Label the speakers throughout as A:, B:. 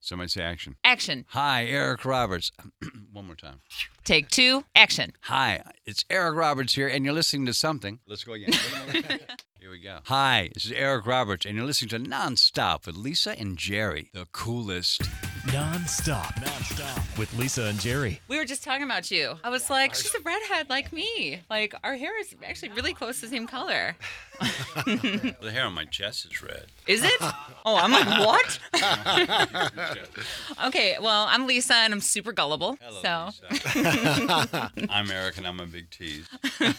A: Somebody say action.
B: Action.
A: Hi, Eric Roberts. One more time.
B: Take two. Action.
A: Hi, it's Eric Roberts here, and you're listening to something. Let's go again. here we go. Hi, this is Eric Roberts, and you're listening to Nonstop with Lisa and Jerry, the coolest.
C: Non-stop. Non-stop. With Lisa and Jerry.
B: We were just talking about you. I was like, she's a redhead like me. Like our hair is actually really close to the same color.
A: The hair on my chest is red.
B: Is it? Oh, I'm like, what? okay, well, I'm Lisa and I'm super gullible. so
A: I'm Eric, and I'm a big tease. is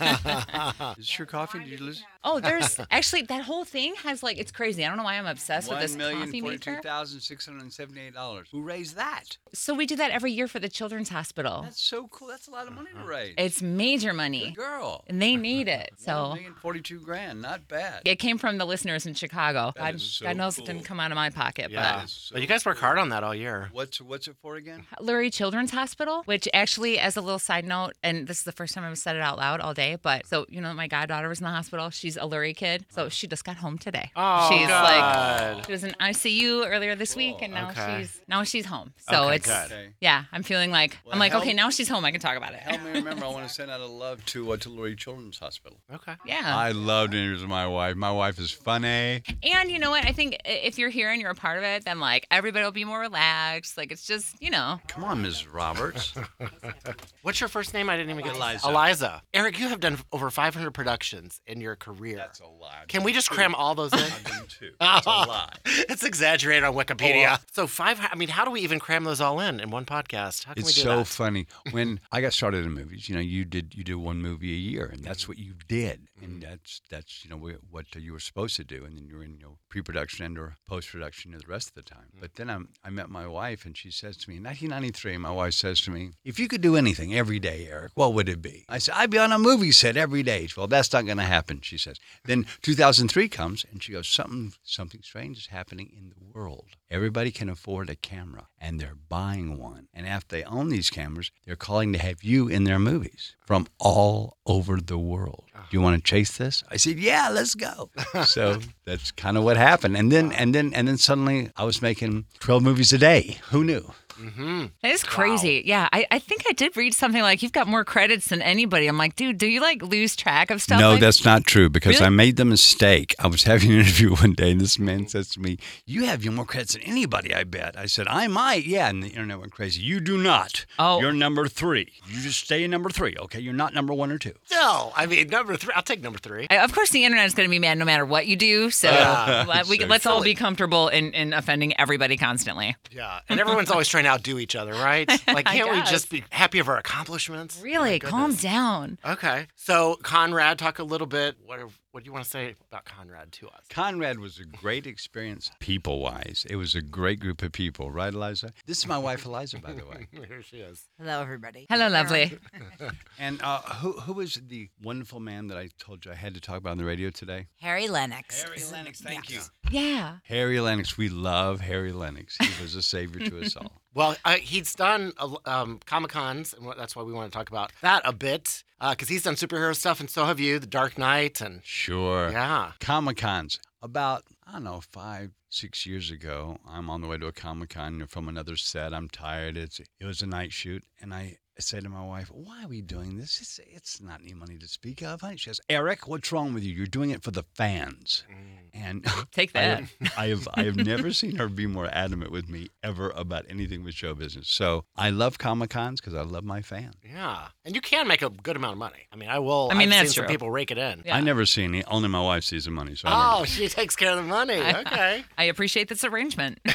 A: this your coffee? Did you lose?
B: Oh, there's actually that whole thing has like it's crazy. I don't know why I'm obsessed with this coffee maker.
A: $1,042,678. Who raised that?
B: So we do that every year for the children's hospital.
A: That's so cool. That's a lot of money to raise.
B: It's major money.
A: Girl.
B: And they need it. So
A: 42 grand. Not bad.
B: it came from the listeners in Chicago.
A: That
B: God,
A: is so
B: God knows
A: cool.
B: it didn't come out of my pocket,
A: Yeah.
B: but
A: is so
D: but you guys work
A: cool.
D: hard on that all year.
A: What's what's it for again?
B: Lurie Children's Hospital, which actually, as a little side note, and this is the first time I've said it out loud all day, but so, you know, my goddaughter was in the hospital. She's a Lurie kid. So she just got home today.
D: Oh,
B: she's
D: God.
B: like, she was in ICU earlier this week, and now
D: Okay.
B: she's now she's home. So
D: Okay,
B: it's,
D: good.
A: Okay.
B: yeah, I'm feeling like,
A: Well,
B: I'm like,
A: help-
B: okay, now she's home. I can talk about
A: Help
B: it.
A: me remember. I want to send out a love to uh, to Lurie Children's Hospital.
D: Okay.
B: Yeah.
A: I loved interviews with my wife. My wife is funny.
B: And you know what? I think i- if you're here and you're a part of it, then like everybody will be more relaxed. Like it's just, you know,
A: Come on, Ms. Roberts.
D: What's your first name? I didn't even get
A: Eliza.
D: Eliza. Eric, you have done over 500 productions in your career.
A: That's a lie.
D: Can we just cram all those in?
A: I've done two. That's a lie.
D: it's exaggerated on Wikipedia.
A: Oh, uh,
D: so five. I mean, how do we even cram those all in in one podcast? How can
A: It's
D: we do
A: so
D: that?
A: funny. When I got started in movies, you know, you did you did one movie a year, and that's what you did, and
D: Mm-hmm.
A: that's that's you know wh- what you were supposed to do, and then you're in you know, pre-production and or post-production the rest of the time.
D: Mm.
A: But then I'm, I met my wife, and she says to me in 1993, my wife says to me, "If you could do anything every day, Eric, what would it be?" I said, "I'd be on a movie set every day." Well, that's not going to happen, she says. Then 2003 comes, and she goes, "Something something strange is happening in the world. Everybody can afford a camera, and they're buying one. And after they own these cameras, they're calling to have you in their movies from all over the world. Do you want to chase this? I said, "Yeah, let's go." so that's kind of what happened. And then and then and then suddenly I was making 12 movies a day. Who knew?
B: that is crazy. Yeah. I, I think I did read something like you've got more credits than anybody. I'm like, dude, do you like lose track of stuff?
A: No,
B: like-
A: that's not true because
B: Really?
A: I made the mistake. I was having an interview one day and this man says to me, You have your more credits than anybody, I bet. I said, I might, yeah. And the internet went crazy. You do not.
B: Oh.
A: You're number three. You just stay number three, okay? You're not number one or two.
D: No, I mean number three. I'll take number three.
B: I, of course, the internet is going to be mad no matter what you do. So
D: Yeah.
B: let, we,
A: So
B: let's all be comfortable in, in offending everybody constantly.
D: Yeah, and everyone's always trying to outdo each other, right? Like,
B: I
D: can't we
B: guess.
D: just be happy of our accomplishments?
B: Really, calm down.
D: Okay. So Conrad, talk a little bit. What are, what do you want to say about Conrad to us?
A: Conrad was a great experience, people wise. It was a great group of people, right, Eliza? This is my wife, Eliza, by the way.
D: Here she is.
E: Hello, everybody.
B: Hello, lovely.
A: And uh, who, who was the wonderful man that I told you I had to talk about on the radio today?
E: Harry Lennox.
A: Lennox, thank you.
B: Yeah.
A: Harry Lennox, we love Harry Lennox. He was a savior to us all.
D: Well, uh, he's done a l- um, Comic Cons, and what- that's why we want to talk about that a bit, because he's done superhero stuff, and so have you, The Dark Knight, and
A: Sure.
D: yeah.
A: Comic Cons. About, I don't know, five, six years ago, I'm on the way to a Comic Con from another set. I'm tired. It's It was a night shoot. And I said to my wife, Why are we doing this? It's, it's not any money to speak of, honey. She goes, Eric, what's wrong with you? You're doing it for the fans.
D: Mm,
A: And
B: Take
A: I
B: that.
A: have- I have, I have never seen her be more adamant with me ever about anything with show business. So I love Comic Cons because I love my fans.
D: Yeah, and you can make a good amount of money. I mean, I will.
B: I mean,
D: I've
B: that's
D: seen some
B: true.
D: people rake it in.
B: Yeah.
A: I never see any. Only my wife sees the money. So I never-
D: Oh, she takes care of the money. Okay.
B: I appreciate this arrangement.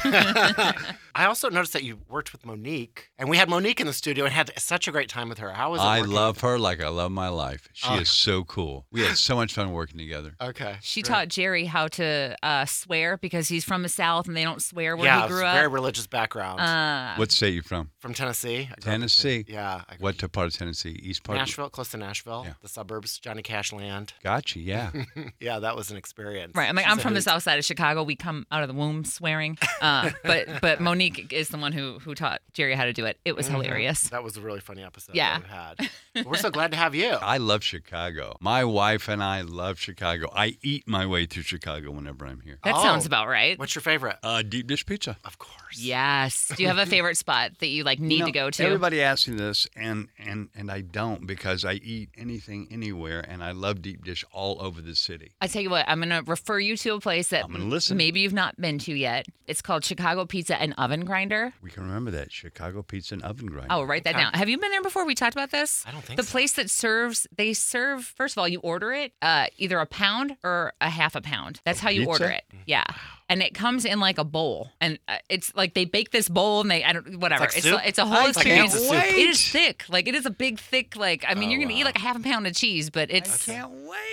D: I also noticed that you worked with Monique, and we had Monique in the studio and had such a great time with her. How was it?
A: I
D: working
A: love her like I love my life. She
D: Oh.
A: is so cool. We had so much fun working together.
D: with- Okay.
B: She
D: Great.
B: taught Jerry how to uh, swear because he's from the South and they don't swear where
D: yeah,
B: he
D: it's
B: grew
D: a very
B: up.
D: religious background
B: Uh,
A: What state you from?
D: from Tennessee. I grew up in
A: Tennessee.
D: Yeah. I grew
A: What part of Tennessee? East part.
D: Nashville, close to Nashville,
A: Yeah.
D: the suburbs, Johnny Cash land.
A: Gotcha. Yeah.
D: yeah, that was an experience.
B: right. I'm like,
D: She's
B: I'm
D: a
B: from the
D: hoot.
B: South Side of Chicago. We come out of the womb swearing. Uh, but but Monique is the one who who taught Jerry how to do it. It was
A: Mm-hmm.
D: Mhm.
B: hilarious.
D: That was a really funny episode
B: Yeah.
D: that we had. But we're so glad to have you.
A: I love Chicago. My wife and I love Chicago. I eat my way through Chicago whenever I'm here.
B: That
D: Oh.
B: sounds about right.
D: What's your favorite?
A: Uh, deep dish pizza.
D: Of course.
B: Yes. Do you have a favorite spot that you like need
A: You know,
B: to go to?
A: Everybody asks me this, and and and I don't because I eat anything anywhere, and I love deep dish all over the city.
B: I tell you what, I'm going to refer you to a place that
A: I'm gonna listen.
B: maybe you've not been to yet. It's called Chicago Pizza and Oven Grinder.
A: We can remember that Chicago pizza and oven grinder.
B: Oh, write that
D: Okay.
B: down. Have you been there before? We talked about this.
D: I don't think
B: the
D: so.
B: place that serves they serve first of all you order it uh, either a pound or a half a pound. That's how you
A: pizza?
B: order it.
D: Mm.
B: Yeah. And it comes in like a bowl, and uh, it's like they bake this bowl, and they I don't whatever.
D: It's like
B: It's
D: soup?
B: a, it's a whole
A: I
B: experience.
D: can't
A: wait.
B: It is thick, like it is a big thick like. I mean,
A: Oh,
B: you're gonna eat
A: wow.
B: like a half a pound of cheese, but it's
A: wait.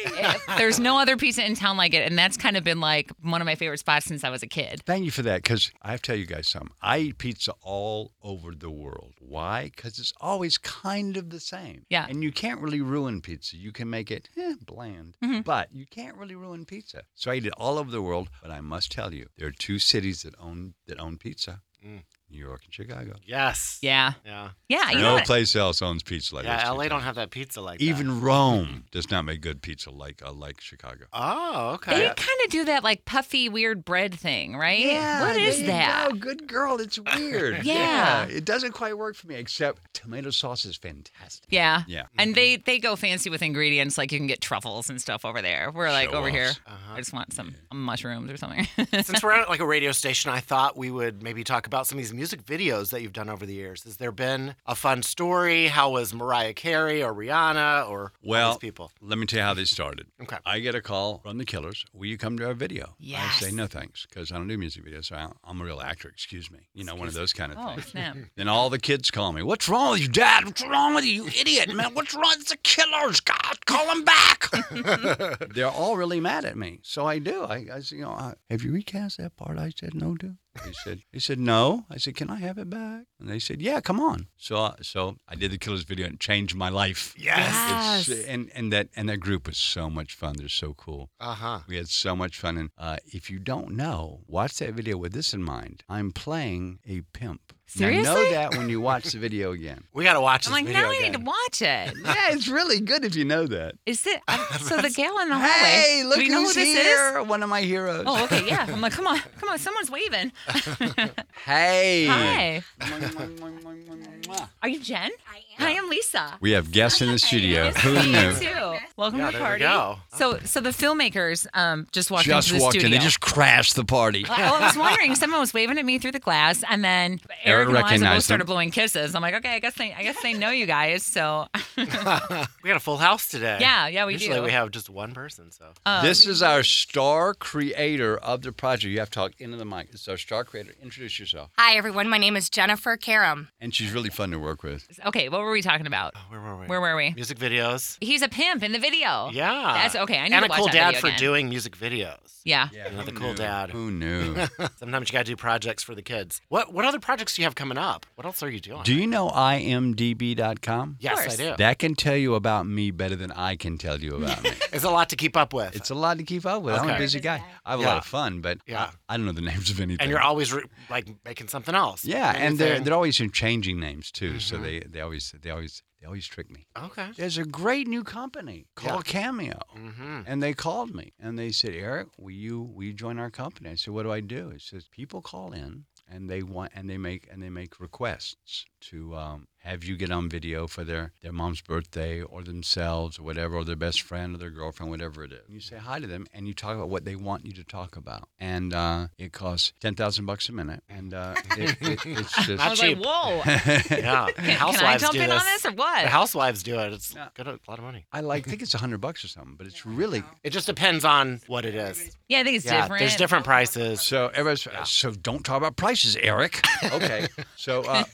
B: it- there's no other pizza in town like it, and that's kind of been like one of my favorite spots since I was a kid.
A: Thank you for that, because I have to tell you guys something. I eat pizza all over the world. Why? Because it's always kind of the same.
B: Yeah.
A: And you can't really ruin pizza. You can make it eh, bland,
B: Mm-hmm.
A: but you can't really ruin pizza. So I eat it all over the world. But I must tell you, there are two cities that own that own pizza:
D: Mm.
A: New York and Chicago.
D: Yes.
B: Yeah,
D: Yeah.
B: yeah, you know
A: no
B: what?
A: place else owns pizza like
D: Yeah.
A: those two
D: LA don't
A: towns.
D: have that pizza like that.
A: Even Rome does not make good pizza like uh, like Chicago.
D: Oh,
B: They
D: okay.
B: kind of do that like puffy weird bread thing, right? what
A: there
B: is
A: you
B: that?
A: go. Good girl. It's weird.
B: Yeah.
A: It doesn't quite work for me, except tomato sauce is fantastic.
B: Yeah.
A: Yeah.
B: And they they go fancy with ingredients like you can get truffles and stuff over there. We're like
A: Show
B: over here.
A: offs.
D: Uh-huh.
B: I just want some mushrooms or something.
D: Since we're at like a radio station, I thought we would maybe talk about some of these music videos that you've done over the years. Has there been a fun story? How was Mariah Carey or Rihanna or all
A: Well,
D: these people?
A: let me tell you how they started.
D: Okay.
A: I get a call from the Killers. Will you come to our video?
B: Yes.
A: I say no thanks because I don't do music videos. So I- I'm a real actor. Excuse me. You know, one of those kind of
B: oh
A: things.
B: snap!
A: Then all the kids call me. What's wrong with you, Dad? What's wrong with you, you idiot, man? What's wrong? It's the killers. God, call them back. They're all really mad at me. So I do. I, I said, you know, I, have you recast that part? I said no to. They said, they said no. I said, can I have it back? And they said, yeah, come on. So, I so I did the Killers video and it changed my life.
D: Yes.
A: It's-
B: Yes.
A: and and that and that group was so much fun. They're so cool.
D: Uh huh.
A: We had so much fun. And uh, if you don't know, watch that video with this in mind. I'm playing a pimp. Now
B: Seriously?
A: know that when you watch the video again.
D: We got to watch this
B: I'm like
D: video
B: now I need to
D: again.
B: watch it.
A: Yeah, it's really good if you know that.
B: Is it I- so? The gal in the hallway.
A: Hey, look
B: Oh, Do you know
A: who's
B: who this is?
A: here! One of my heroes.
B: Oh, okay, yeah. I'm like, come on, come on, someone's waving.
A: Hey.
B: Hi, are you Jen?
E: I am.
B: I am Lisa.
A: We have guests in the studio.
B: Nice
A: Who
B: to meet you
A: knew?
B: too. Welcome
D: Yeah,
B: to
D: there
B: the party.
D: we go.
B: So, so the filmmakers um, just walked
A: Just
B: into the
A: walked in.
B: studio.
A: They just crashed the party.
B: Well, I was wondering. Someone was waving at me through the glass, and then Eric, and Eliza
A: recognized
B: both started
A: them.
B: blowing kisses. I'm like, okay, I guess they, I guess they know you guys. So,
D: We got a full house today.
B: Yeah, yeah, we
D: Usually
B: do. Uh,
D: we have just one person, so.
A: this is our star creator of the project. You have to talk into the mic. It's our star creator. Introduce yourself.
E: Hi, everyone. My name is Jennifer Karam.
A: And she's really fun to work with.
B: okay, what were we talking about?
D: where were we?
B: Where were we?
D: Music videos.
B: He's a pimp in the video.
D: Yeah.
B: Oh. that's okay. I need
D: and
B: to
D: a
B: watch
D: cool
B: that
D: dad
B: video
D: for
B: again.
D: doing music videos.
B: Yeah.
D: Another
A: who
D: cool
A: knew?
D: dad.
A: Who knew?
D: Sometimes you got to do projects for the kids. What What other projects do you have coming up? What else are you doing?
A: do you know imdb.com?
D: Yes, I
B: course.
D: do.
A: That can tell you about me better than I can tell you about me.
D: It's a lot to keep up with.
A: It's a lot to keep up with. I'm
D: Okay.
A: a busy guy. I have a
D: Yeah.
A: lot of fun, but
D: Yeah.
A: I, I don't know the names of anything.
D: and you're always re- like making something else.
A: yeah, and they're
D: Anything.
A: they're always changing names too. So they, they always they always they always trick me.
D: okay.
A: Mm-hmm. There's a great new company called Cameo.
D: Mm-hmm.
A: And they called me and they said, Eric, will you will you join our company? I said, What do I do? It says people call in and they want and they make and they make requests to um, have you get on video for their their mom's birthday or themselves or whatever or their best friend or their girlfriend whatever it is. And you say hi to them and you talk about what they want you to talk about. And uh, it costs ten thousand bucks a minute. And uh, it, it, it's just
B: I was
D: cheap.
B: like, whoa.
D: Yeah.
B: Can,
D: housewives
B: can I jump
D: do
B: in
D: this.
B: on this or what?
D: The housewives do it. It's
A: Yeah.
D: good, a lot of money.
A: I like think it's a hundred bucks or something, but it's really
D: It just depends on what it is.
B: yeah, I think it's
D: yeah,
B: different. Oh,
D: there's different prices.
A: So everybody's, so don't talk about prices, Eric. okay. So, uh,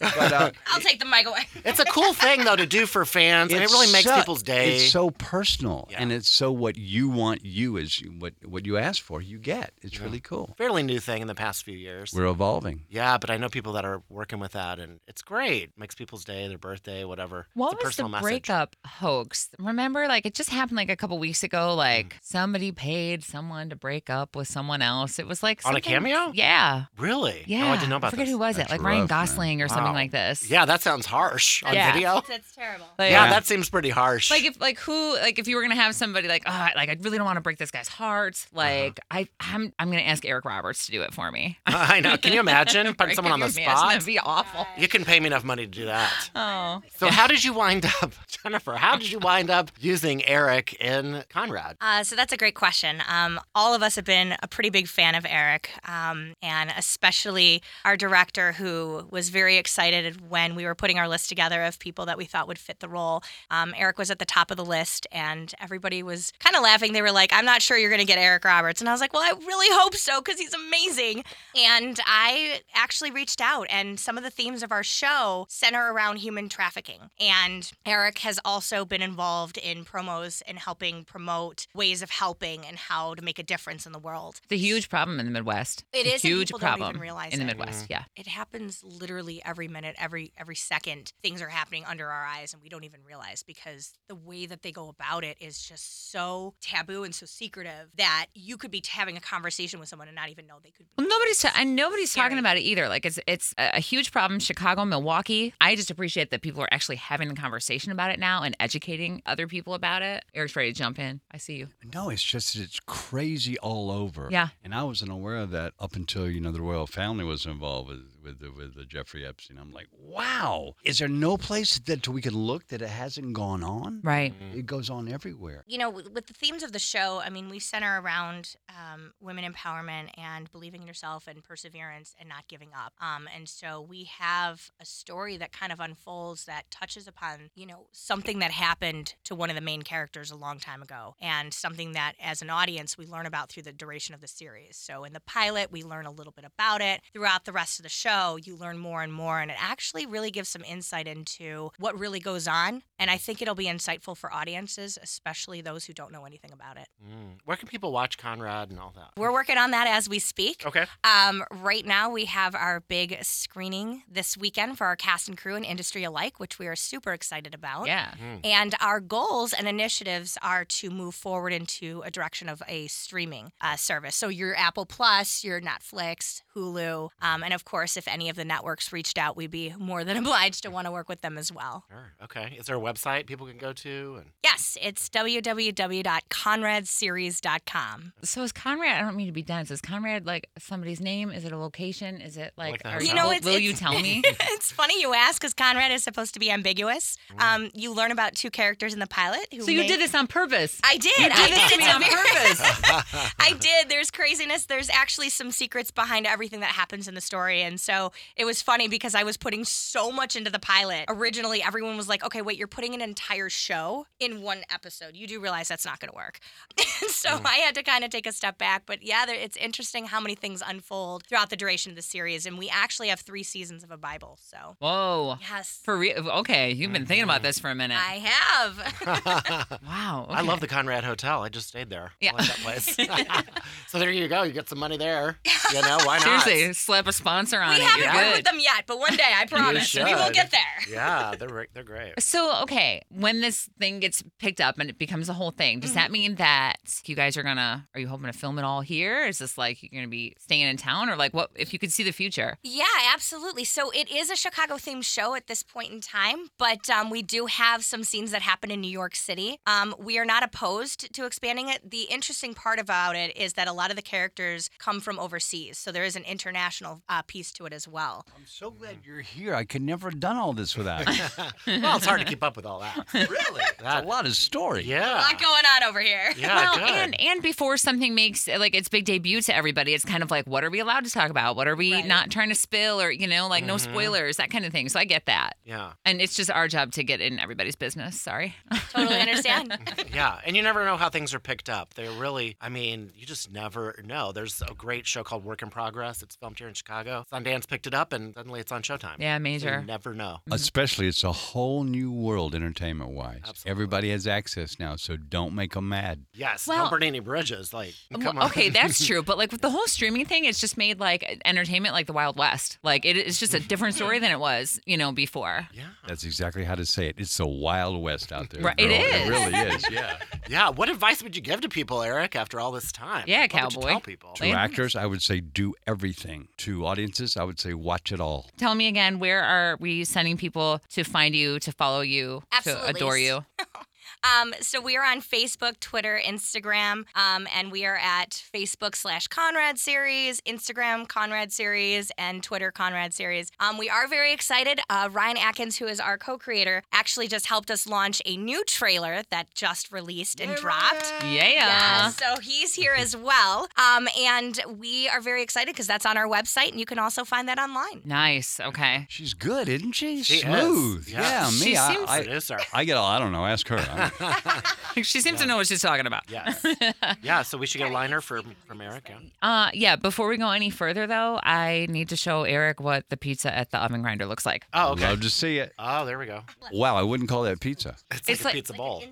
A: but uh,
E: I'll take the mic away.
D: It's a cool thing though to do for fans, and it
A: It's
D: really makes
A: so-
D: people's day.
A: It's so personal,
D: Yeah.
A: and it's so what you want. You is what what you ask for. You get. It's really cool.
D: fairly new thing in the past few years.
A: We're evolving.
D: yeah, but I know people that are working with that, and it's great. Makes people's day, their birthday, whatever.
B: What
D: it's a
B: was the
D: personal message.
B: breakup hoax? Remember, like it just happened like a couple weeks ago. Like
D: Mm.
B: somebody paid someone to break up with someone else. It was like
D: On a
B: something-
D: cameo?
B: Yeah,
D: Really?
B: yeah.
D: Oh, I didn't know about
B: forget
D: this.
B: who was
A: That's
B: it? Like Ryan
A: rough, man.
B: Gosling or something
D: Wow.
B: like this.
D: Yeah, that sounds harsh on
B: Yeah.
D: video.
E: That's terrible.
B: Like,
D: Yeah, that seems pretty harsh.
B: like if like who like if you were gonna have somebody like oh like I really don't want to break this guy's heart.
D: Uh-huh.
B: Like I I'm I'm gonna ask Eric Roberts to do it for me.
D: I know. Can you imagine putting
B: Right?
D: someone on
B: Could
D: the
B: you imagine?
D: spot?
B: That'd be awful.
D: You can pay me enough money to do that.
B: Oh,
D: So how did you wind up, Jennifer? How did you wind up using Eric in Conrad?
E: Uh, so that's a great question. Um, all of us have been a pretty big fan of Eric, um, and especially our director, who was very excited when we were putting our list together of people that we thought would fit the role. Um, Eric was at the top of the list, and everybody was kind of laughing. They were like, "I'm not sure you're going to get Eric Roberts," and I was like, "Well, I really hope so because he's amazing." And I actually reached out, and some of the themes of our show center around human trafficking. And Eric has also been involved in promos and helping promote ways of helping and how to make a difference in the world.
B: it's a huge problem in the Midwest. It's
E: It
B: a
E: is, and
B: huge
E: people don't even
B: problem
E: realize
B: in the
E: it.
D: Mm.
B: Midwest. Yeah.
E: It happens literally every minute, every every second. Things are happening under our eyes, and we don't even realize because the way that they go about it is just so taboo and so secretive that you could be having a conversation with someone and not even know they could. Be
B: Well, nobody's ta- and nobody's
E: Scary.
B: talking about it either. Like it's it's a a huge problem. Chicago, Milwaukee. I just appreciate that people are actually having the conversation about it now and educating other people about it. Eric's ready to jump in. I see you.
A: No, it's just that it's crazy all over.
B: Yeah.
A: And I wasn't aware of that up until you know the royal family was involved with with the, with the Jeffrey Epstein. I'm like, wow. Is there no place that we can look that it hasn't gone on?
B: Right.
D: Mm-hmm.
A: It goes on everywhere.
E: you know, with with the themes of the show, I mean, we center around um, women empowerment and believing in yourself and perseverance and not giving up. Um, and so we have a story that kind of unfolds that touches upon, you know, something that happened to one of the main characters a long time ago and something that as an audience we learn about through the duration of the series. So in the pilot, we learn a little bit about it. Throughout the rest of the show, you learn more and more, and it actually really gives some insight into what really goes on. And I think it'll be insightful for audiences, especially those who don't know anything about it.
D: Mm. Where can people watch Conrad and all that?
E: We're working on that as we speak.
D: okay.
E: Um, right now, we have our big screening this weekend for our cast and crew and industry alike, which we are super excited about.
B: Yeah.
E: And our goals and initiatives are to move forward into a direction of a streaming uh, service. So your Apple Plus, your Netflix, Hulu, um, and of course, if any of the networks reached out, we'd be more than obliged to want to work with them as well.
D: Sure. Okay. Is there a website people can go to? And
E: Yes, it's www.conradseries.com.
B: So is Conrad? I don't mean to be dense. Is Conrad like somebody's name? Is it a location? Is it
D: like
B: like?
D: the
B: or
D: hotel.
E: You know,
B: will,
E: it's,
B: will you
E: it's-
B: tell me?
E: it's funny you ask because Conrad is supposed to be ambiguous. Um, you learn about two characters in the pilot. Who
B: so you
E: may-
B: did this on purpose.
E: I did.
B: You did
E: I
B: this to me
E: It's a
B: on
E: very-
B: purpose.
E: I did. There's craziness. There's actually some secrets behind everything that happens in the story. And so it was funny because I was putting so much into the pilot. Originally, everyone was like, okay, wait, you're putting an entire show in one episode. You do realize that's not going to work. and so I had to kind of take a step back. But yeah, there, it's interesting how many things unfold throughout the duration of the series. And we actually have three seasons of a Bible. So,
B: Whoa.
E: yes,
B: For real? oh, Okay, you've been thinking about this for a minute.
E: I have.
B: wow.
D: Mm. I love
B: okay.
D: the Conrad Hotel. I just stayed there.
B: Yeah.
D: I like that place. so there you go. You get some money there. You know why not?
B: Seriously, slap a sponsor on
E: we
B: it.
E: haven't
B: You're
E: worked
B: good.
E: with them yet, but one day, I promise, we will
D: should.
E: get there.
D: Yeah, they're re- they're great.
B: So, okay, when this thing gets picked up and it becomes a whole thing, does that mean that you guys are gonna, are you hoping to film it all here? Is this like you're gonna be staying in town or like what, if you could see the future?
E: Yeah, absolutely. So it is a Chicago themed show at this point in time, but um, we do have some scenes that happen in New York City. Um, we are not opposed to expanding it. The interesting part about it is that a lot of the characters come from overseas, so there is an international uh, piece to it as well.
A: I'm so glad you're here. I could never have done all this without you.
D: well, it's hard to keep up with all that. Really?
A: a lot of story.
E: A
D: yeah.
E: lot going on over here.
D: Ah. Yeah.
B: well,
D: good.
B: and and before something makes like its big debut to everybody, it's kind of like, what are we allowed to talk about? What are we
E: Right.
B: not trying to spill or you know, like no
D: Mm-hmm.
B: spoilers, that kind of thing. So I get that,
D: yeah.
B: and it's just our job to get in everybody's business. Sorry.
E: Totally understand.
D: Yeah, and you never know how things are picked up. They're really, I mean, you just never know. There's a great show called Work in Progress. It's filmed here in Chicago. Sundance Sundance picked it up, and suddenly it's on Showtime.
B: Yeah,
D: So you
B: major.
D: never know.
A: Especially, it's a whole new world entertainment wise.
D: Absolutely.
A: Everybody has access now, so don't make them mad.
D: Yes,
B: Well-
D: don't burn any bridges. Like, come
B: Well,
D: on.
B: okay, that's true. But like with the whole streaming thing, it's just made like entertainment like the Wild West. Like it, it's just a different story than it was, you know, before.
D: yeah.
A: That's exactly how to say it. It's the Wild West out there.
B: Right, it
A: girl.
B: is.
A: It really is, yeah.
D: Yeah. What advice would you give to people, Eric, after all this time?
B: Yeah,
D: Like, what would you
B: cowboy.
D: tell people.
A: to
B: Land-
A: actors, I would say do everything. To audiences, I would say watch it all.
B: Tell me again, where are we sending people to find you, to follow you,
E: Absolutely.
B: to adore you?
E: Um, so we are on Facebook, Twitter, Instagram, um, and we are at Facebook slash Conrad Series, Instagram Conrad Series, and Twitter Conrad Series. Um, we are very excited. Uh, Ryan Atkins, who is our co-creator, actually just helped us launch a new trailer that just released and dropped.
B: Yeah.
E: Yeah, so he's here as well. Um, and we are very excited because that's on our website, and you can also find that online.
B: Nice. Okay.
A: She's good, isn't she?
D: She is.
A: Smooth.
D: Yeah.
A: Yeah, me.
B: She
A: I,
B: seems-
A: I,
D: It is our
A: I get all, I don't know. Ask her. I-
B: She seems to know what she's talking about.
D: Yes. yeah. So we should get a liner for from Eric. yeah.
B: Uh, yeah. Before we go any further, though, I need to show Eric what the pizza at the oven grinder looks like.
D: Oh, okay.
A: Love to see it.
D: Oh, there we go.
A: Wow, I wouldn't call that pizza.
B: It's
D: It's, like,
B: like-
D: a pizza bowl.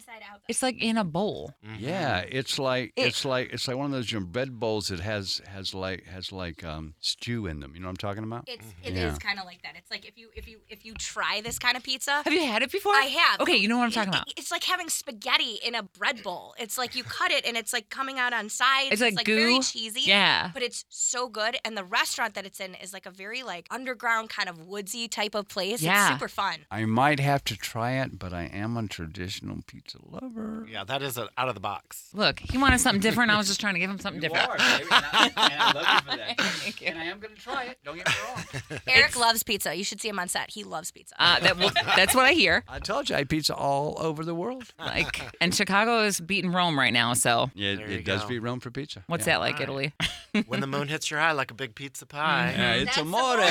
B: It's like in a bowl.
A: Yeah, it's like it's like it's like one of those you know, bread bowls that has has like has like um, stew in them. You know what I'm talking about?
E: It's it
A: Yeah.
E: kind of like that. It's like if you if you if you try this kind of pizza,
B: Have you had it before?
E: I have.
B: Okay, you know what I'm
E: It-
B: talking
E: it-
B: about.
E: It's like having spaghetti in a bread bowl. It's like you cut it and it's like coming out on sides.
B: It's like goo.
E: very cheesy.
B: Yeah.
E: But it's so good, and the restaurant that it's in is like a very like underground kind of woodsy type of place.
B: Yeah.
E: It's super fun.
A: I might have to try it, but I am a traditional pizza lover.
D: Yeah, that is a, out of the box.
B: Look, he wanted something different. I was just trying to give him something different.
A: baby, and I, and I love you for that.
B: Thank you.
A: I am going to try it. Don't get me wrong.
E: Eric loves pizza. You should see him on set. He loves pizza.
B: Uh, that well, that's what I hear.
A: I told you I eat pizza all over the world.
B: Like, and Chicago is beating Rome right now. So,
A: Yeah, it,
D: There you
A: it does
D: go.
A: beat Rome for pizza.
B: what's
A: yeah.
B: that like,
D: Right.
B: Italy?
D: When the moon hits your eye like a big pizza pie.
B: Mm-hmm.
A: Yeah, it's
E: That's
A: amore.
E: amore.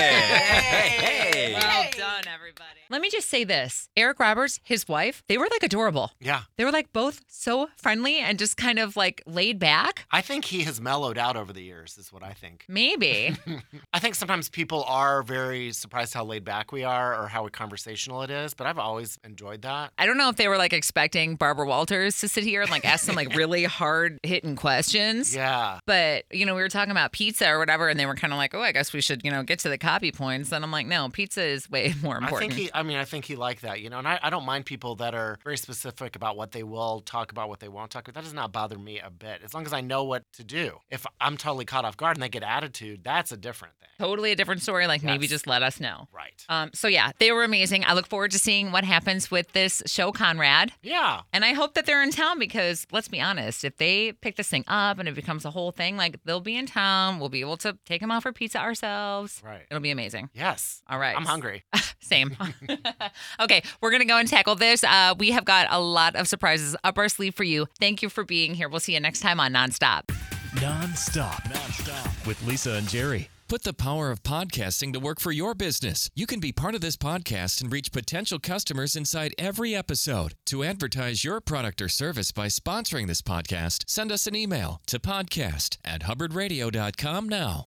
A: Hey, hey.
E: Well
B: done, everybody. Let me just say this: Eric Roberts, his wife, they were like adorable.
D: Yeah.
B: They were like both so friendly and just kind of like laid back.
D: I think he has mellowed out over the years, is what I think.
B: Maybe.
D: I think sometimes people are very surprised how laid back we are or how conversational it is, but I've always enjoyed that.
B: I don't know if they were like expecting Barbara Walters to sit here and like ask them like really hard hitting questions.
D: Yeah.
B: But, you know, we were talking about pizza or whatever, and they were kind of like, oh, I guess we should, you know, get to the copy points. And I'm like, no, pizza is way more important.
D: I think he, I mean, I think he liked that, you know, and I, I don't mind people that are very specific about what they will talk about, what they won't talk about. That does not bother me a bit, as long as I know what to do. If I'm totally caught off guard and they get attitude, that's a different thing.
B: totally a different story. Like, maybe
D: Yes.
B: just let us know.
D: Right.
B: Um, so, yeah, they were amazing. I look forward to seeing what happens with this show, Conrad.
D: Yeah.
B: And I hope that they're in town because let's be honest, if they pick this thing up and it becomes a whole thing, like they'll be in town. We'll be able to take them out for pizza ourselves.
D: Right.
B: It'll be amazing.
D: Yes.
B: All right.
D: I'm hungry.
B: Same. okay, we're going to go and tackle this. Uh, we have got a lot of surprises up our sleeve for you. Thank you for being here. We'll see you next time on Nonstop.
C: Non-stop. Non-stop. With Lisa and Jerry.
F: Put the power of podcasting to work for your business. You can be part of this podcast and reach potential customers inside every episode. To advertise your product or service by sponsoring this podcast, send us an email to podcast at hubbardradio.com now.